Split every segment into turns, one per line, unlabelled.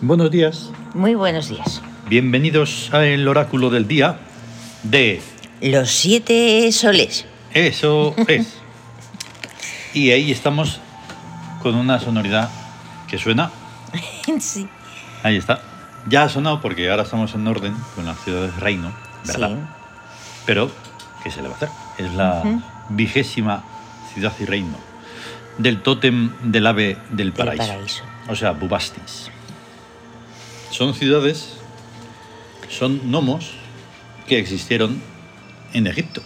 Buenos días.
Muy buenos días.
Bienvenidos al oráculo del día de
Los siete soles.
Eso es. y ahí estamos con una sonoridad que suena.
sí.
Ahí está. Ya ha sonado porque ahora estamos en orden con las ciudades reino, ¿verdad? Pero, ¿qué se le va a hacer? Es la
Ujú.
vigésima ciudad y reino del tótem del ave del
Del
paraíso.
paraíso.
O sea, Bubastis. Son ciudades, son gnomos que existieron en Egipto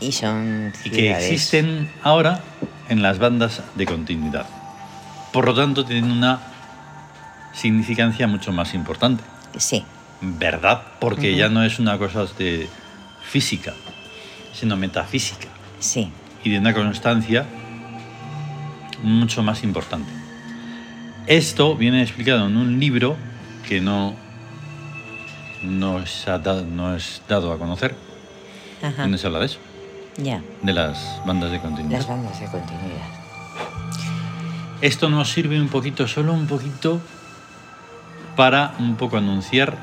Y son
y que
ciudades.
existen ahora en las bandas de continuidad. Por lo tanto, tienen una significancia mucho más importante,
Sí,
¿verdad? Porque ya no es una cosa de física, sino metafísica
sí.
y de una constancia mucho más importante. Esto viene explicado en un libro que no, no, es, ha da- no es dado a conocer,
Ajá.
donde se habla de eso,
Ya.
de las bandas de continuidad.
Las bandas de continuidad.
Esto nos sirve un poquito, solo un poquito, para un poco anunciar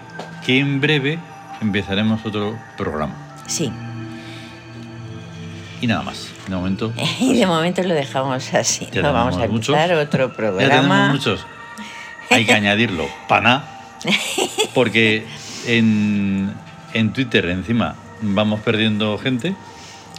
que en breve empezaremos otro programa.
Sí.
Y nada más, de momento.
Y de momento lo dejamos así.
Ya
no vamos
tenemos
a empezar
muchos.
otro
Ya tenemos
programa.
muchos. Hay que añadirlo, paná. Porque en, en Twitter, encima, vamos perdiendo gente.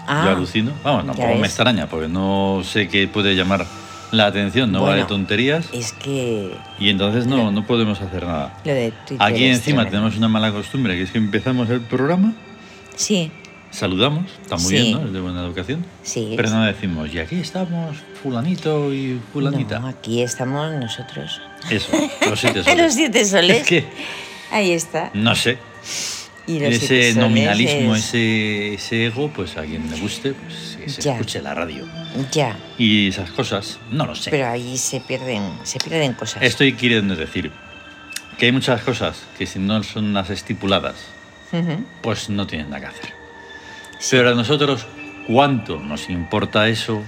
Ah,
Yo alucino. Vamos,
ya
tampoco me
ves.
extraña, porque no sé qué puede llamar la atención, no vale
Bueno. Eh,
tonterías.
es que
Y entonces no, no podemos hacer nada.
lo de Twitter.
Aquí
es
encima
tremendo.
tenemos una mala costumbre, que es que empezamos el programa,
Sí,
saludamos, está muy
Sí.
bien, ¿no? Es de buena educación.
sí.
Pero no decimos, y aquí estamos fulanito y fulanita.
No, aquí estamos nosotros.
Eso, los siete soles.
Los siete soles.
Es que,
Ahí está.
no sé,
Y los siete
ese
soles
nominalismo,
es-
ese, ese ego, pues a quien le guste, pues que se
Ya.
escuche la radio.
Ya.
Y esas cosas, no lo sé.
Pero ahí se pierden, se pierden cosas.
Estoy queriendo decir que hay muchas cosas que si no son las estipuladas,
Ujú.
pues no tienen nada que hacer.
Sí.
Pero a nosotros, ¿cuánto nos importa eso?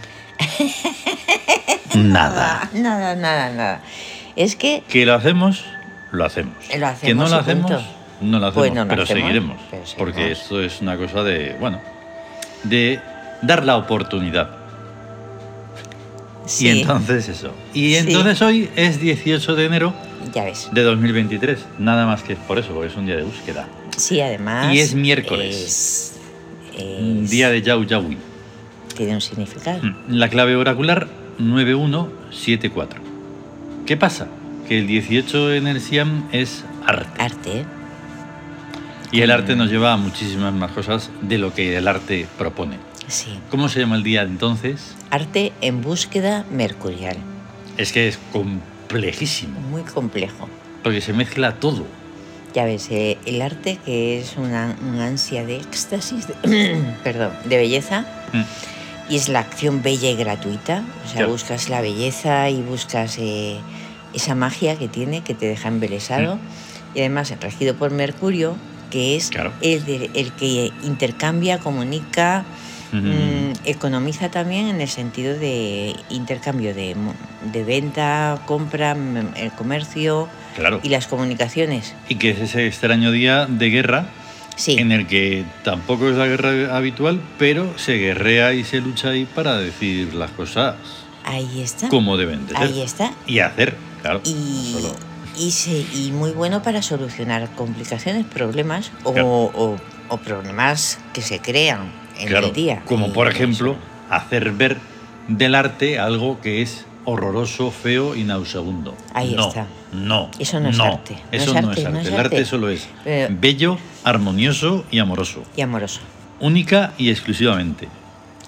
Nada.
Ah, Nada, nada, nada. Es que
Que lo hacemos, lo hacemos.
Eh, Lo
que no
hacemos
lo
y
hacemos,
punto.
no lo hacemos,
Pues no lo
pero,
hacemos,
seguiremos,
pero seguiremos.
Porque esto es una cosa de, bueno, de dar la oportunidad.
sí,
Y entonces eso. Y
Sí.
entonces hoy es 18 de enero
ya ves.
de 2023. Nada más que por eso, porque es un día de búsqueda.
Sí, además.
Y es miércoles.
es-
Un
es-
día Mm. de Yau Yaui.
Tiene un significado.
La clave oracular 9174. ¿Qué pasa? Que el 18 en el Siam es arte.
Arte.
Y el arte nos lleva a muchísimas más cosas de lo que el arte propone.
Sí.
¿Cómo se llama el día entonces?
Arte en búsqueda mercurial.
Es que es complejísimo,
Muy complejo.
porque se mezcla todo.
Ya ves, eh, el arte que es una, una ansia de éxtasis, de- perdón, de belleza,
Mm.
y es la acción bella y gratuita. O sea,
Claro.
buscas la belleza y buscas eh, esa magia que tiene, que te deja
Mm.
embelesado. Y además, regido por Mercurio, que es
Claro.
el, de- el que intercambia, comunica,
Ujú.
mm, economiza también en el sentido de intercambio de, mo- de venta, compra, mm, el comercio
Claro.
y las comunicaciones.
Y que es ese extraño día de guerra
Sí.
en el que tampoco es la guerra habitual, pero se guerrea y se lucha ahí para decir las cosas
Ahí está.
como deben de ser.
Ahí está.
Y hacer, claro.
Y,
Solo-
y, se- y muy bueno para solucionar complicaciones, problemas o,
Claro.
o- o problemas que se crean en
Claro,
el día.
Como
Y
por
eso.
ejemplo, hacer ver del arte algo que es horroroso, feo y nauseabundo.
Ahí
no,
está.
No.
Eso no es arte, no
Eso
es
no
arte,
es
no
arte.
es
El arte
arte.
solo es
Eh,
bello, armonioso y amoroso.
Y amoroso.
Única y exclusivamente.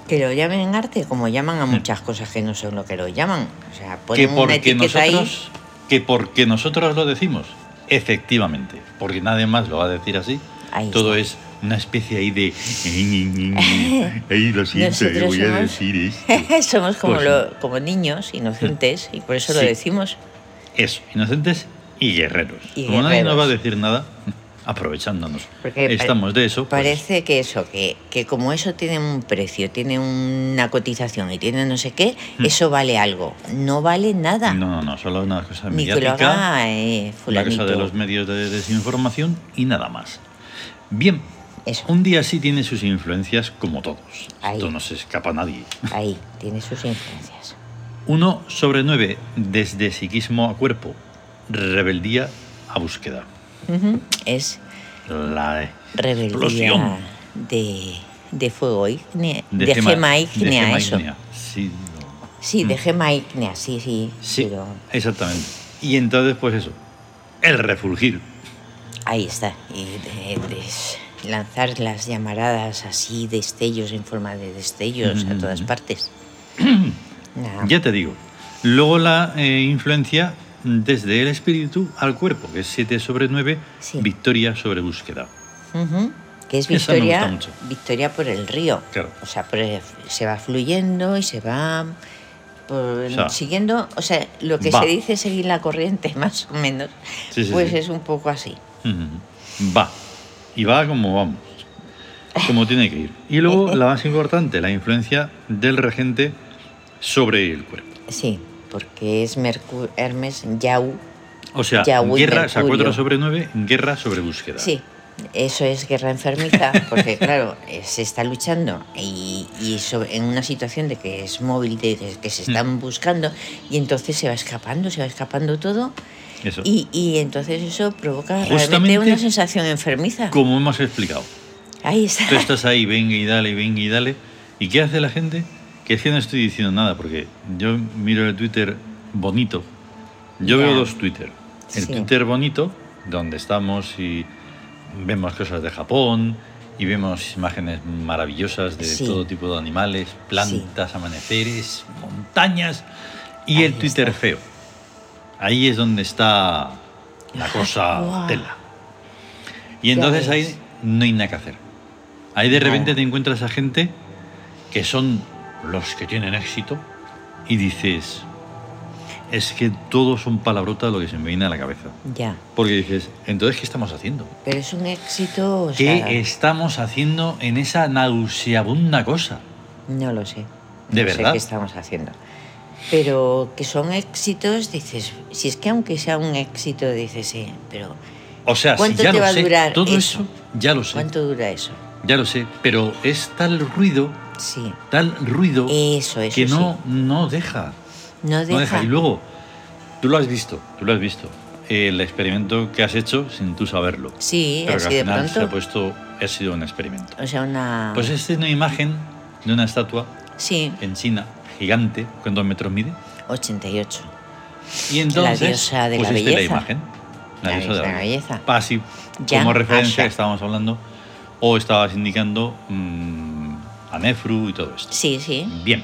Que lo llamen arte, como llaman a muchas cosas que no son lo que lo llaman. O sea,
Mm. Que
ponen una
porque,
etiqueta ahí.
nosotros, que porque nosotros lo decimos, efectivamente, porque nadie más lo va a decir así.
Ahí
Todo
está.
es una especie ahí de... Ahí lo siento,
Nosotros
voy a
somos-
decir esto.
Somos como,
Pues
lo- como niños inocentes y por eso lo
Sí.
decimos.
Eso, inocentes y guerreros.
Y
Como nadie nos
guerreros.
va a decir nada, aprovechándonos.
Porque pa-
Estamos de eso. pues,
Parece que eso, que, que como eso tiene un precio, tiene una cotización y tiene no sé qué,
Hmm.
eso vale algo. No vale nada.
no, no, no, solo una cosa
Ni que lo
mediática.
haga eh,
la cosa
fulanito.
de los medios de desinformación y nada más. Bien,
Eso,
un día sí tiene sus influencias como todos.
Ahí.
Esto no se escapa a nadie.
ahí, tiene sus influencias.
1 sobre 9, desde psiquismo a cuerpo, rebeldía a búsqueda.
Ujú, Es
La eh,
rebeldía
explosión
de, de fuego ígnea, de,
gema-
gema
de
ígnea,
gema
eso.
ígnea. Sí,
Sí, de
Mm.
gema ígnea, sí, sí.
sí
Pero
exactamente. Y entonces, pues eso, el refulgir.
ahí está. Y de- de lanzar las llamaradas así, destellos en forma de destellos a todas
Mm.
partes. Nada
Ya te digo. Luego la eh, influencia desde el espíritu al cuerpo, que es 7 sobre 9,
Sí.
victoria sobre búsqueda.
Ujú, Que
Esa
es
me gusta
Victoria,
mucho.
Victoria por el río.
Claro.
O sea, por el- se va fluyendo y se va por-
sea,
siguiendo. O sea, lo que
va.
se dice seguir la corriente, más o menos,
Sí, sí,
pues
sí.
es un poco así.
Ujú. Va. Y va como vamos. Como tiene que ir. Y luego la más importante, la influencia del regente sobre el cuerpo.
Sí, porque es Mercu- Hermes Yau.
O sea,
Yahweh
guerra, o sea,
Mercurio.
4 sobre 9, guerra sobre búsqueda.
Sí, eso es guerra enfermiza, porque claro, eh, se está luchando y, y sobre- en una situación de que es móvil, de que, que se
Mm.
están buscando, y entonces se va escapando, se va escapando todo.
Eso.
Y, y entonces eso provoca
Justamente-
realmente una sensación enfermiza.
Como hemos explicado.
Ahí está.
Tú estás ahí, venga y dale, venga y dale. ¿Y qué hace la gente? Que es que no estoy diciendo nada, porque yo miro el Twitter bonito. Yo
Ya.
veo dos Twitter. El
Sí.
Twitter bonito, donde estamos y vemos cosas de Japón y vemos imágenes maravillosas de
Sí.
todo tipo de animales, plantas, amaneceres, montañas. Y
Ahí
el Twitter
está.
feo. Ahí es donde está la cosa
Guau.
tela. Y
Ya
entonces ahí
ves.
no hay nada que hacer. Ahí de
Nada.
repente te encuentras a gente que son los que tienen éxito y dices, es que todos son palabrotas lo que se me viene a la cabeza.
Ya.
Porque dices, entonces, ¿qué estamos haciendo?
Pero es un éxito. o
¿Qué
sea,
estamos haciendo en esa nauseabunda cosa?
No lo sé.
¿De
no
verdad?
sé qué estamos haciendo. Pero que son éxitos, dices, si es que aunque sea un éxito, dices, eh, pero
O sea, si
¿Cuánto
ya
te
lo
va a
sé,
durar
todo eso,
eso?
ya lo sé,
¿cuánto dura eso?
ya lo sé, pero es tal ruido,
Sí.
tal ruido
Eso, Eh, eso.
que
sí.
no, no deja.
No deja.
No deja. Y luego, tú lo has visto, tú lo has visto. El experimento que has hecho sin tú saberlo.
Sí,
pero
así
que
de
al final se ha
pronto. Ah.
puesto, ha sido un experimento.
O sea, una.
Pues esta es una imagen de una estatua
Sí,
en China, gigante, con dos metros mide.
88.
Y entonces
diosa de la
pusiste
belleza.
la imagen. La, diosa de la belleza.
belleza.
Así,
Yang
como referencia
Asha.
que estábamos hablando, o estabas indicando mm, a Nefru y todo esto.
Sí, sí.
Bien.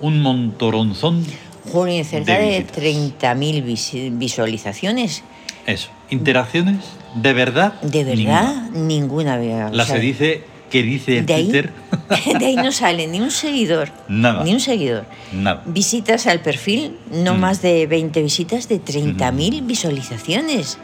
Un montoronzón,
Junio, cerca
De
de,
visitas.
30.000 visi- visualizaciones.
eso. Interacciones, de verdad.
De
ninguna.
verdad, ninguna. había- o
La
sea,
se dice que dice el
de ahí-
Twitter
de ahí no sale ni un seguidor.
Nada.
Ni un seguidor.
nada.
Visitas al perfil, no
Mm.
más de 20 visitas de 30.000 visualizaciones.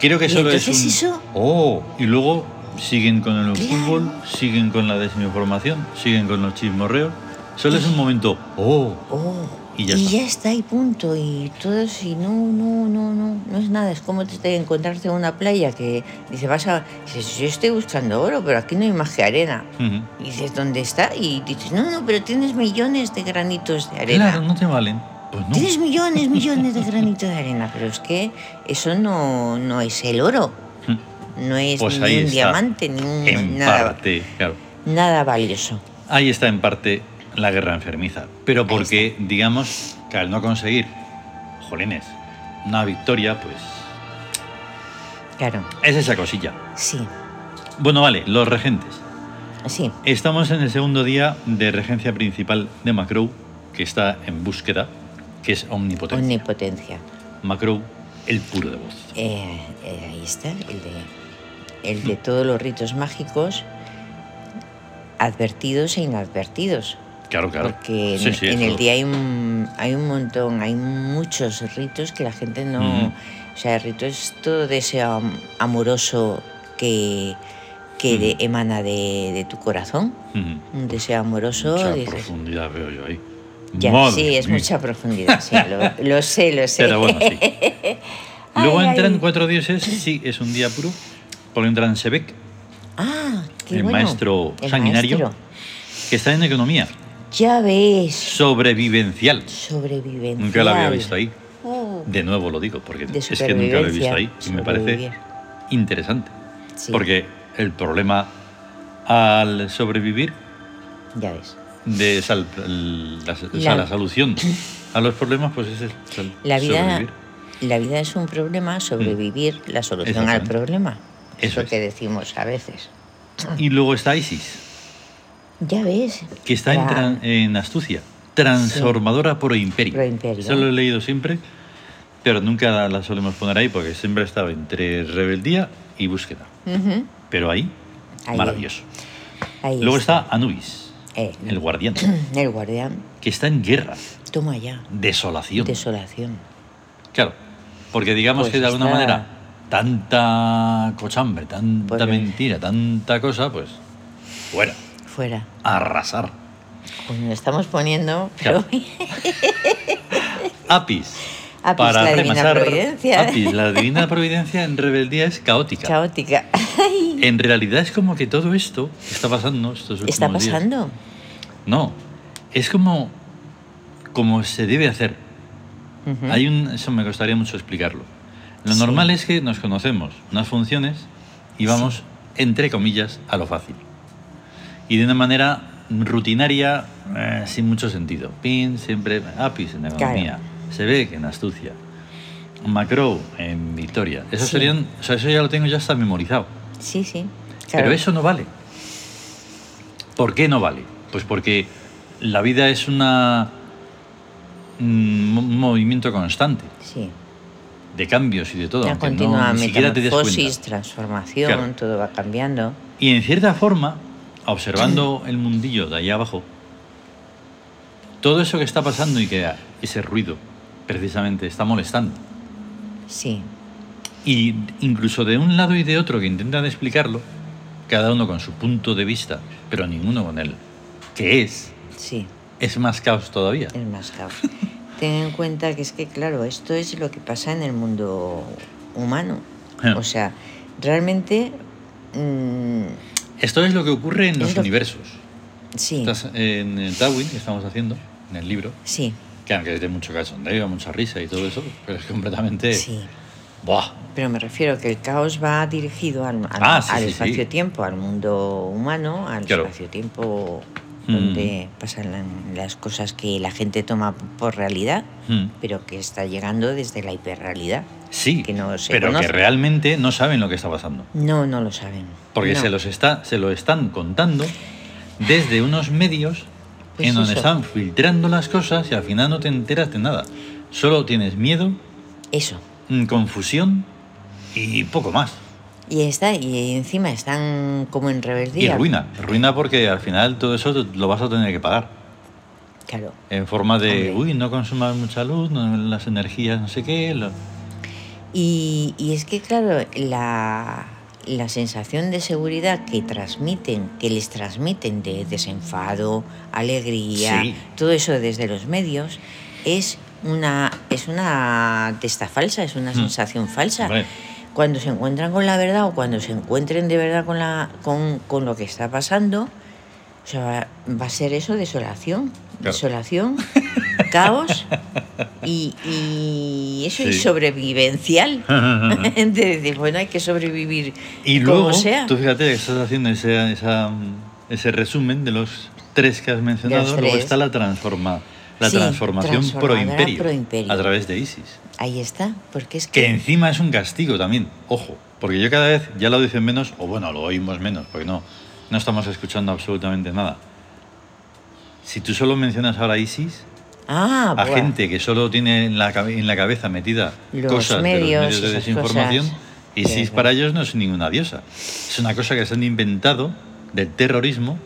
Creo que
¿Y
solo es
entonces
un...
eso?
Oh, y luego siguen con el
Claro.
fútbol, siguen con la desinformación, siguen con los chismorreos. Solo es un momento. Oh,
Oh,
Y ya está.
y punto. Y todo si no, no, no, no, no es nada. Es como te- te encontrarte en una playa que dice, vas a. Dices, yo estoy buscando oro, pero aquí no hay más que arena.
ujú.
Y dices, ¿dónde está? Y dices, no, no, pero tienes millones de granitos de arena.
claro, no te valen. Pues no.
Tienes millones, millones de granitos de arena, pero es que eso no, no es el oro,
Ujú.
no es
Pues
ni
ahí
un
está,
diamante, ni un-
En
nada,
parte, claro.
nada valioso.
Ahí está en parte la guerra enfermiza. Pero porque, digamos, que al no conseguir, jolines, una victoria, pues
Claro,
es esa cosilla.
sí,
Bueno, vale, los regentes.
sí,
Estamos en el segundo día de regencia principal de Macrow, que está en búsqueda, que es omnipotente.
omnipotencia.
Macrow, el puro de voz.
Eh, eh, ahí está, el de, el
Mm.
de todos los ritos mágicos, advertidos e inadvertidos.
Claro, claro.
Porque en,
Sí, sí,
en
eso.
el día hay un, hay un montón, hay muchos ritos que la gente no...
Ujú.
O sea, el rito es todo deseo am- amoroso que, que de- emana de, de tu corazón.
Ujú.
Un deseo amoroso.
Mucha
dices,
profundidad veo yo ahí.
ya,
Madre
sí, es
mía.
mucha profundidad, sí, lo, lo sé, lo sé.
Pero bueno, sí. Luego
Ay,
entran
ay.
cuatro dioses, sí, es un día puro, porque entran Sebek,
Ah, qué
el
bueno.
maestro
El
sanguinario,
maestro.
que está en economía
Ya ves,
sobrevivencial.
sobrevivencia.
Nunca la había visto ahí.
Uh,
De nuevo lo digo, porque
De
es que nunca lo he visto ahí. Y me parece
supervivencia,
interesante.
sí,
Porque el problema al sobrevivir
Ya ves.
de sal- el- la, o sea,
La-
la solución a los problemas, pues es el, el
La vida,
sobrevivir. Mm.
la vida es un problema, sobrevivir la solución al
Exactamente.
problema.
Eso
Eso
es.
que decimos a veces.
Y luego está Isis.
Ya ves.
que está en,
Era
tran- en astucia. Transformadora por imperio.
Pro imperio.
Eso lo he leído siempre, pero nunca la, la solemos poner ahí porque siempre estaba entre rebeldía y búsqueda. Pero ahí,
Ahí.
maravilloso.
ahí
Luego está Anubis,
Eh,
el guardián,
el guardián.
que está en guerra,
Toma ya.
desolación.
Desolación.
claro, porque digamos
Pues
que de alguna
está-
manera tanta cochambre, tanta
Pues-
mentira, tanta cosa, pues fuera,
Fuera.
a arrasar.
Pues nos estamos poniendo. Pero
Apis.
Apis, la divina providencia. ¿eh?
Apis, la divina providencia en rebeldía es caótica.
caótica.
En realidad es como que todo esto que está pasando estos últimos
Está
días-
pasando.
No, es como como se debe hacer.
Ujú.
Hay un eso me costaría mucho explicarlo. Lo
Sí.
normal es que nos conocemos unas funciones y vamos entre comillas a lo fácil. Y de una manera rutinaria eh, sin mucho sentido. Pin siempre apis en economía. Se ve que en astucia. Macro en Victoria. Eso
Sí.
serían, o sea, eso ya lo tengo ya está memorizado.
Sí, sí. Claro.
Pero eso no vale. ¿Por qué no vale? Pues porque la vida es una un mo- un movimiento constante
Sí.
de cambios y de todo,
Una
aunque no-
continua
ni siquiera te des
metamorfosis,
cuenta.
transformación,
Claro.
todo va cambiando.
Y en cierta forma, observando el mundillo de allá abajo, todo eso que está pasando y que ese ruido precisamente está molestando.
Sí.
Y incluso de un lado y de otro que intentan explicarlo, cada uno con su punto de vista, pero ninguno con él, que es,
Sí.
es más caos todavía.
Es más caos. Ten en cuenta que es que, claro, esto es lo que pasa en el mundo humano.
Ah.
O sea, realmente. mm,
Esto es lo que ocurre en
Es
los
lo-
universos.
sí.
Estás en el Darwin, que estamos haciendo, en el libro,
Sí.
que aunque es de mucho cachondeo, mucha risa y todo eso, pero es completamente...
Sí.
¡Buah!
Pero me refiero que el caos va dirigido al, al-
Ah, sí,
al
sí, sí.
espacio-tiempo, al mundo humano, al
Claro.
espacio-tiempo
Mm.
donde pasan la- las cosas que la gente toma por realidad,
Mm.
pero que está llegando desde la hiperrealidad.
Sí,
Que no se
pero
conoce.
que realmente no saben lo que está pasando.
No, no lo saben.
Porque
No.
se, los está, se lo están contando desde unos medios
Pues
en donde
eso.
están filtrando las cosas y al final no te enteras de nada. Solo tienes miedo,
Eso.
mm, confusión y poco más.
Y está, y encima están como en
Y
rebeldía.
ruina. Ruina porque al final todo eso lo vas a tener que pagar.
Claro.
En forma de,
Hombre.
uy, no consumas mucha luz, no- las energías, no sé qué. lo-
Y, y es que, claro, la, la sensación de seguridad que transmiten, que les transmiten de desenfado, alegría,
Sí.
todo eso desde los medios, es una, es una testa falsa, es una
Mm.
sensación falsa.
Hombre.
Cuando se encuentran con la verdad o cuando se encuentren de verdad con, la, con, con lo que está pasando, o sea, va, va a ser eso desolación,
Claro.
desolación, caos y, y eso y
Sí.
sobrevivencial. de decir, bueno, hay que sobrevivir
Y
como
luego,
sea.
tú fíjate que estás haciendo ese, esa, mm, ese resumen de los tres que has mencionado, luego
tres.
está la, transforma, la
Sí,
transformación pro
transformadora
imperio,
pro imperio.
a través de ISIS.
Ahí está, porque es
Que
que...
encima es un castigo también, ojo, porque yo cada vez ya lo dicen menos, o bueno, lo oímos menos, porque no, no estamos escuchando absolutamente nada. Si tú solo mencionas ahora ISIS,
Ah,
a
buah,
gente que solo tiene en la, cabe- en la cabeza metida
Los
cosas de los
medios,
medios de
esas
desinformación,
cosas.
y si es
Verdad.
para ellos no es ninguna diosa. Es una cosa que se han inventado del terrorismo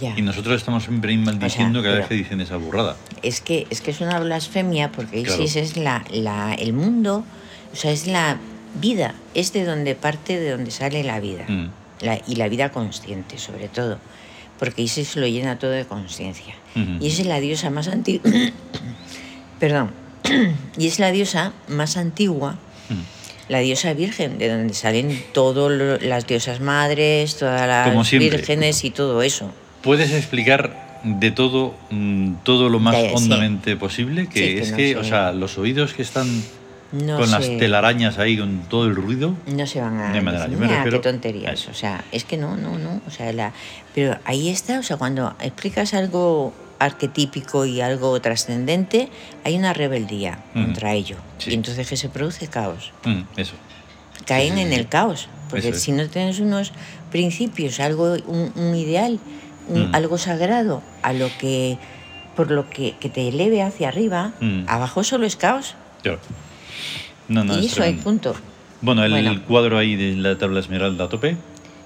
ya.
y nosotros estamos siempre maldiciendo
O sea,
cada vez
pero-
que dicen esa burrada.
Es, que, es que es una blasfemia porque
Claro.
ISIS es la, la, el mundo O sea, es la vida, es de donde parte, de donde sale la vida.
Mm.
La- y la vida consciente, sobre todo. Porque Isis lo llena todo de conciencia.
Ujú.
Y es la diosa más antigua. Perdón. y es la diosa más antigua,
Mm.
la diosa virgen, de donde salen todas las diosas madres, todas
Como
las
siempre.
vírgenes y todo eso.
¿Puedes explicar de todo, mm, todo lo más
Ya, ya, Eh, sí.
hondamente posible? Que
Sí, que
es
no
que,
sé.
o sea, los oídos que están
No
con las
sé.
telarañas ahí, con todo el ruido.
no se van a
De manera,
decir,
yo me
"Mira,
refiero
qué
a
tonterías
eso.
o sea es que no no no o sea la pero ahí está o sea cuando explicas algo arquetípico y algo trascendente hay una rebeldía
Ujú.
contra ello
Sí.
y entonces que se produce caos
Mm, eso.
caen
sí,
en
sí.
el caos porque
Eso es.
si no tienes unos principios algo un, un ideal un-
Mm.
algo sagrado a lo que por lo que, que te eleve hacia arriba
Mm.
abajo solo es caos
Claro. No, no,
y
es
eso hay
tremendo.
punto
Bueno, el
Bueno.
cuadro ahí de la tabla esmeralda a tope,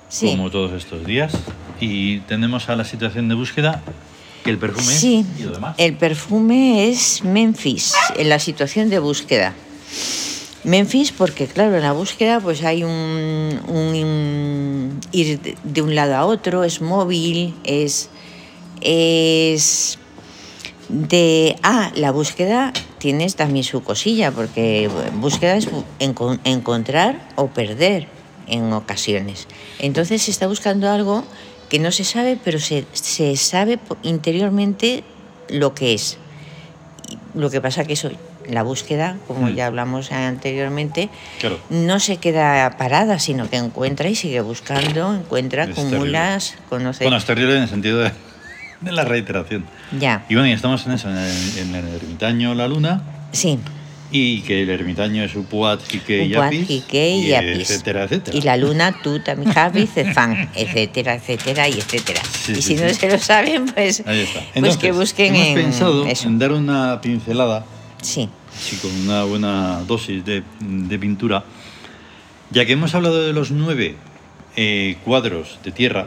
sí
como todos estos días. Y tenemos a la situación de búsqueda, que el perfume es
Sí, Eh,
y lo demás.
el perfume es Memphis, en la situación de búsqueda. Memphis porque, claro, en la búsqueda pues hay un, un- ir de- de un lado a otro, es móvil, es... es de... Ah, la búsqueda tienes también su cosilla, porque búsqueda es bu- encon- encontrar o perder en ocasiones. Entonces se está buscando algo que no se sabe, pero se, se sabe po- interiormente lo que es. Y Lo que pasa que eso, la búsqueda, como
Mm.
ya hablamos anteriormente,
Claro.
no se queda parada, sino que encuentra y sigue buscando, encuentra,
Es
acumulas, conoces.
Bueno, es terrible en el sentido de, de la reiteración.
ya,
Y bueno, y estamos en eso, en el, en el ermitaño La Luna,
sí. y
y que el ermitaño es Upuat, Jique y Apis,
y Yapis.
etcétera, etcétera.
Y la luna, tú también, Javi, Cefán, etcétera, etcétera y etcétera.
Sí,
y
sí,
si no
sí.
se lo saben, pues,
Ahí está.
pues
Entonces,
que busquen
hemos
en
pensado
eso.
en dar una pincelada
Sí,
Sí, con una buena dosis de, de pintura. Ya que hemos hablado de los nueve eh, cuadros de tierra,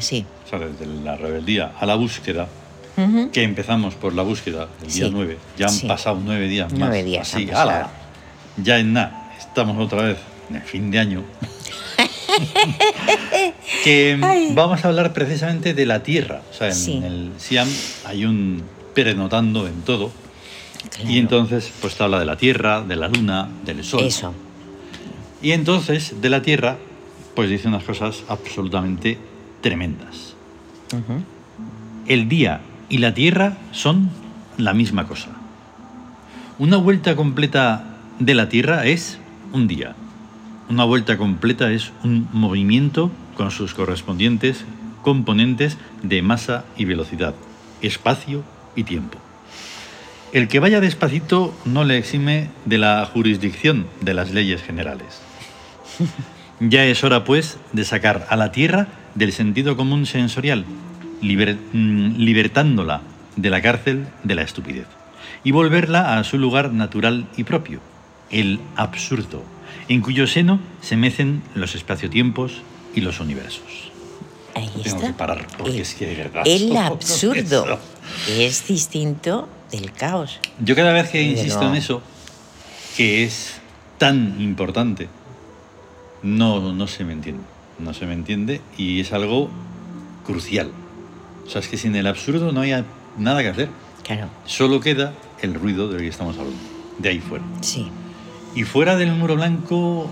sí.
o sea, desde la rebeldía a la búsqueda,
Ujú.
que empezamos por la búsqueda el día
Sí,
9, ya han
sí.
pasado nueve días más.
Nueve días
así,
han pasado.
ala, ya en nada, estamos otra vez en el fin de año. que
Ay.
vamos a hablar precisamente de la tierra. O sea, en
Sí.
el Siam hay un prenotando en todo.
Claro.
Y entonces, pues te habla de la Tierra, de la Luna, del Sol.
Eso,
Y entonces, de la Tierra, pues dice unas cosas absolutamente tremendas.
Ujú.
El día y la Tierra son la misma cosa. Una vuelta completa de la Tierra es un día. Una vuelta completa es un movimiento con sus correspondientes componentes de masa y velocidad, espacio y tiempo. El que vaya despacito no le exime de la jurisdicción de las leyes generales. Ya es hora, pues, de sacar a la Tierra del sentido común sensorial, liber- mm, libertándola de la cárcel de la estupidez, y volverla a su lugar natural y propio, el absurdo, en cuyo seno se mecen los espaciotiempos y los universos.
ahí
Tengo
está.
que parar, porque
el,
es que de verdad...
el
solo
absurdo
eso.
es distinto del caos.
Yo cada vez que
Pero-
insisto en eso, que es tan importante, no, no se me entiende. No se me entiende y es algo crucial. O sea, es que sin el absurdo no hay nada que hacer.
Claro,
Solo queda el ruido de lo que estamos hablando, de ahí fuera.
sí.
Y fuera del muro blanco,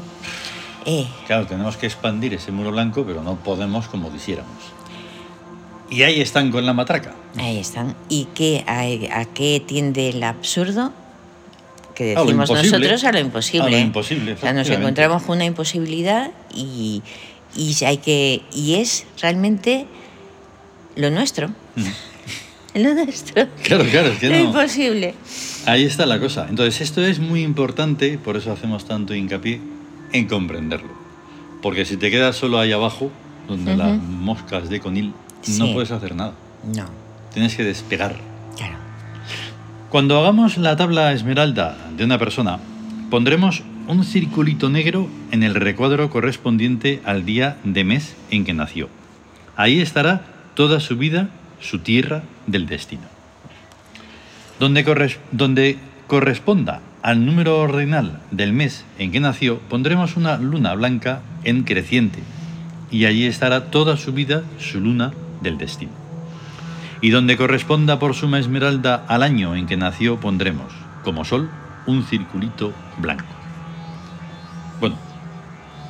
Eh,
claro, tenemos que expandir ese muro blanco, pero no podemos como quisiéramos. Y ahí están con la matraca.
ahí están. ¿Y qué, a, a qué tiende el absurdo? Que
A lo
decimos
imposible.
nosotros a lo imposible.
A lo imposible.
O sea, nos
efectivamente.
encontramos con una imposibilidad y, y si hay que y es realmente lo nuestro, lo nuestro,
Claro, claro, es que
lo
no.
imposible.
Ahí está la cosa. Entonces, esto es muy importante, por eso hacemos tanto hincapié en comprenderlo. Porque si te quedas solo ahí abajo, donde
Ujú.
las moscas de conil,
Sí.
no puedes hacer nada.
No,
Tienes que despegar.
claro.
Cuando hagamos la tabla esmeralda de una persona, pondremos un circulito negro en el recuadro correspondiente al día de mes en que nació. Ahí estará toda su vida, su tierra del destino. Donde, corres- donde corresponda Al número reinal del mes en que nació pondremos una luna blanca en creciente y allí estará toda su vida su luna del destino. Y donde corresponda por suma esmeralda al año en que nació pondremos, como sol, un circulito blanco. Bueno,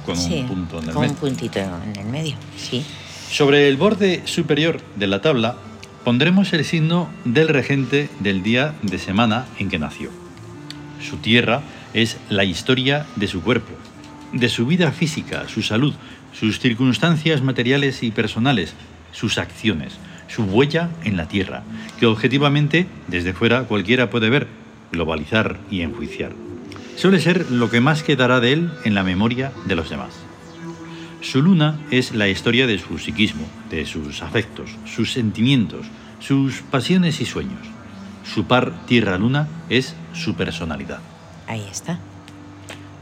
con
Sí,
un punto en el
con
medio.
un puntito en el medio, sí.
Sobre el borde superior de la tabla pondremos el signo del regente del día de semana en que nació. Su tierra es la historia de su cuerpo, de su vida física, su salud, sus circunstancias materiales y personales, sus acciones, su huella en la tierra, que objetivamente desde fuera cualquiera puede ver, globalizar y enjuiciar. Suele ser lo que más quedará de él en la memoria de los demás. Su luna es la historia de su psiquismo, de sus afectos, sus sentimientos, sus pasiones y sueños. Su par Tierra-Luna es su personalidad.
Ahí está.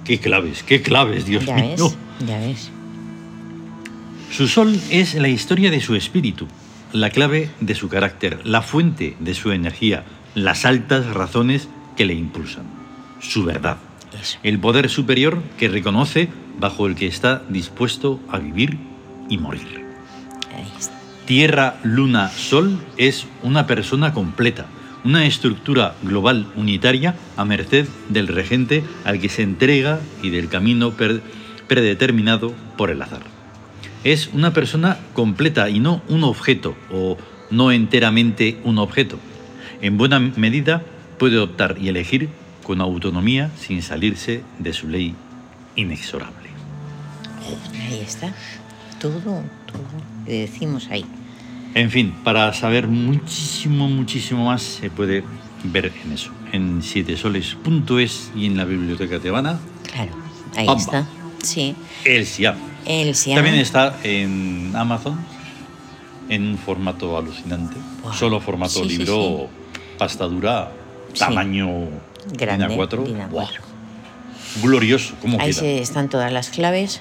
¡Qué claves, qué claves, Dios
ya
mío!
ves, ya ves.
Su sol es la historia de su espíritu, la clave de su carácter, la fuente de su energía, las altas razones que le impulsan. Su verdad.
Eso.
El poder superior que reconoce bajo el que está dispuesto a vivir y morir.
Ahí está.
Tierra, Luna, Sol es una persona completa, una estructura global unitaria a merced del regente al que se entrega y del camino per- predeterminado por el azar. Es una persona completa y no un objeto o no enteramente un objeto. En buena medida puede optar y elegir con autonomía sin salirse de su ley inexorable.
Ahí está. Todo, todo. Le decimos ahí.
En fin, para saber muchísimo, muchísimo más se puede ver en eso, en sietesoles.es y en la biblioteca tebana,
Claro. Ahí
Pamba.
está. Sí.
el SIAM.
El Siam.
También está en Amazon, en un formato alucinante,
Buah.
solo formato
Sí, sí,
libro, pasta dura,
Sí.
tamaño
Grande,
DIN A4.
DIN A4.
Buah, glorioso, ¿cómo
Ahí
queda?
se están todas las claves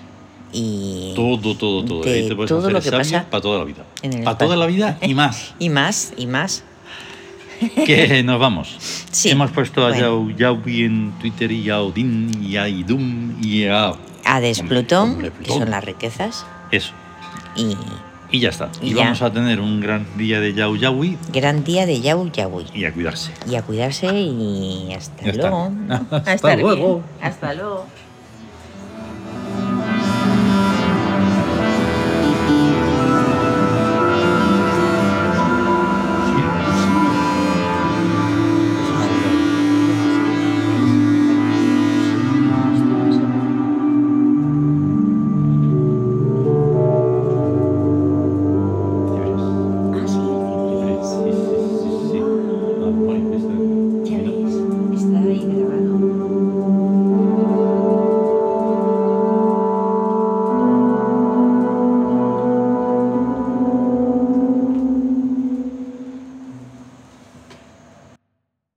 y.
Todo, todo, todo.
de
Ahí te puedes
todo
hacer
lo que
sabio
pasa
para toda la vida.
en el
Para toda
espacio.
la vida y más.
Y más, y más.
que nos vamos.
Sí.
Hemos puesto a
Bueno.
Yau, Yaui en Twitter y a Odín y a Idum y a...
Hades
Hombre,
Plutón,
hombre,
que son las riquezas.
Eso.
Y
Y ya está. Y,
Y ya.
vamos a tener un gran día de Yau Yaui
gran día de Yau Yahui.
y a cuidarse.
Y a cuidarse y hasta
Ya está.
luego. ¿no?
Hasta
A estar bien.
luego.
Hasta luego.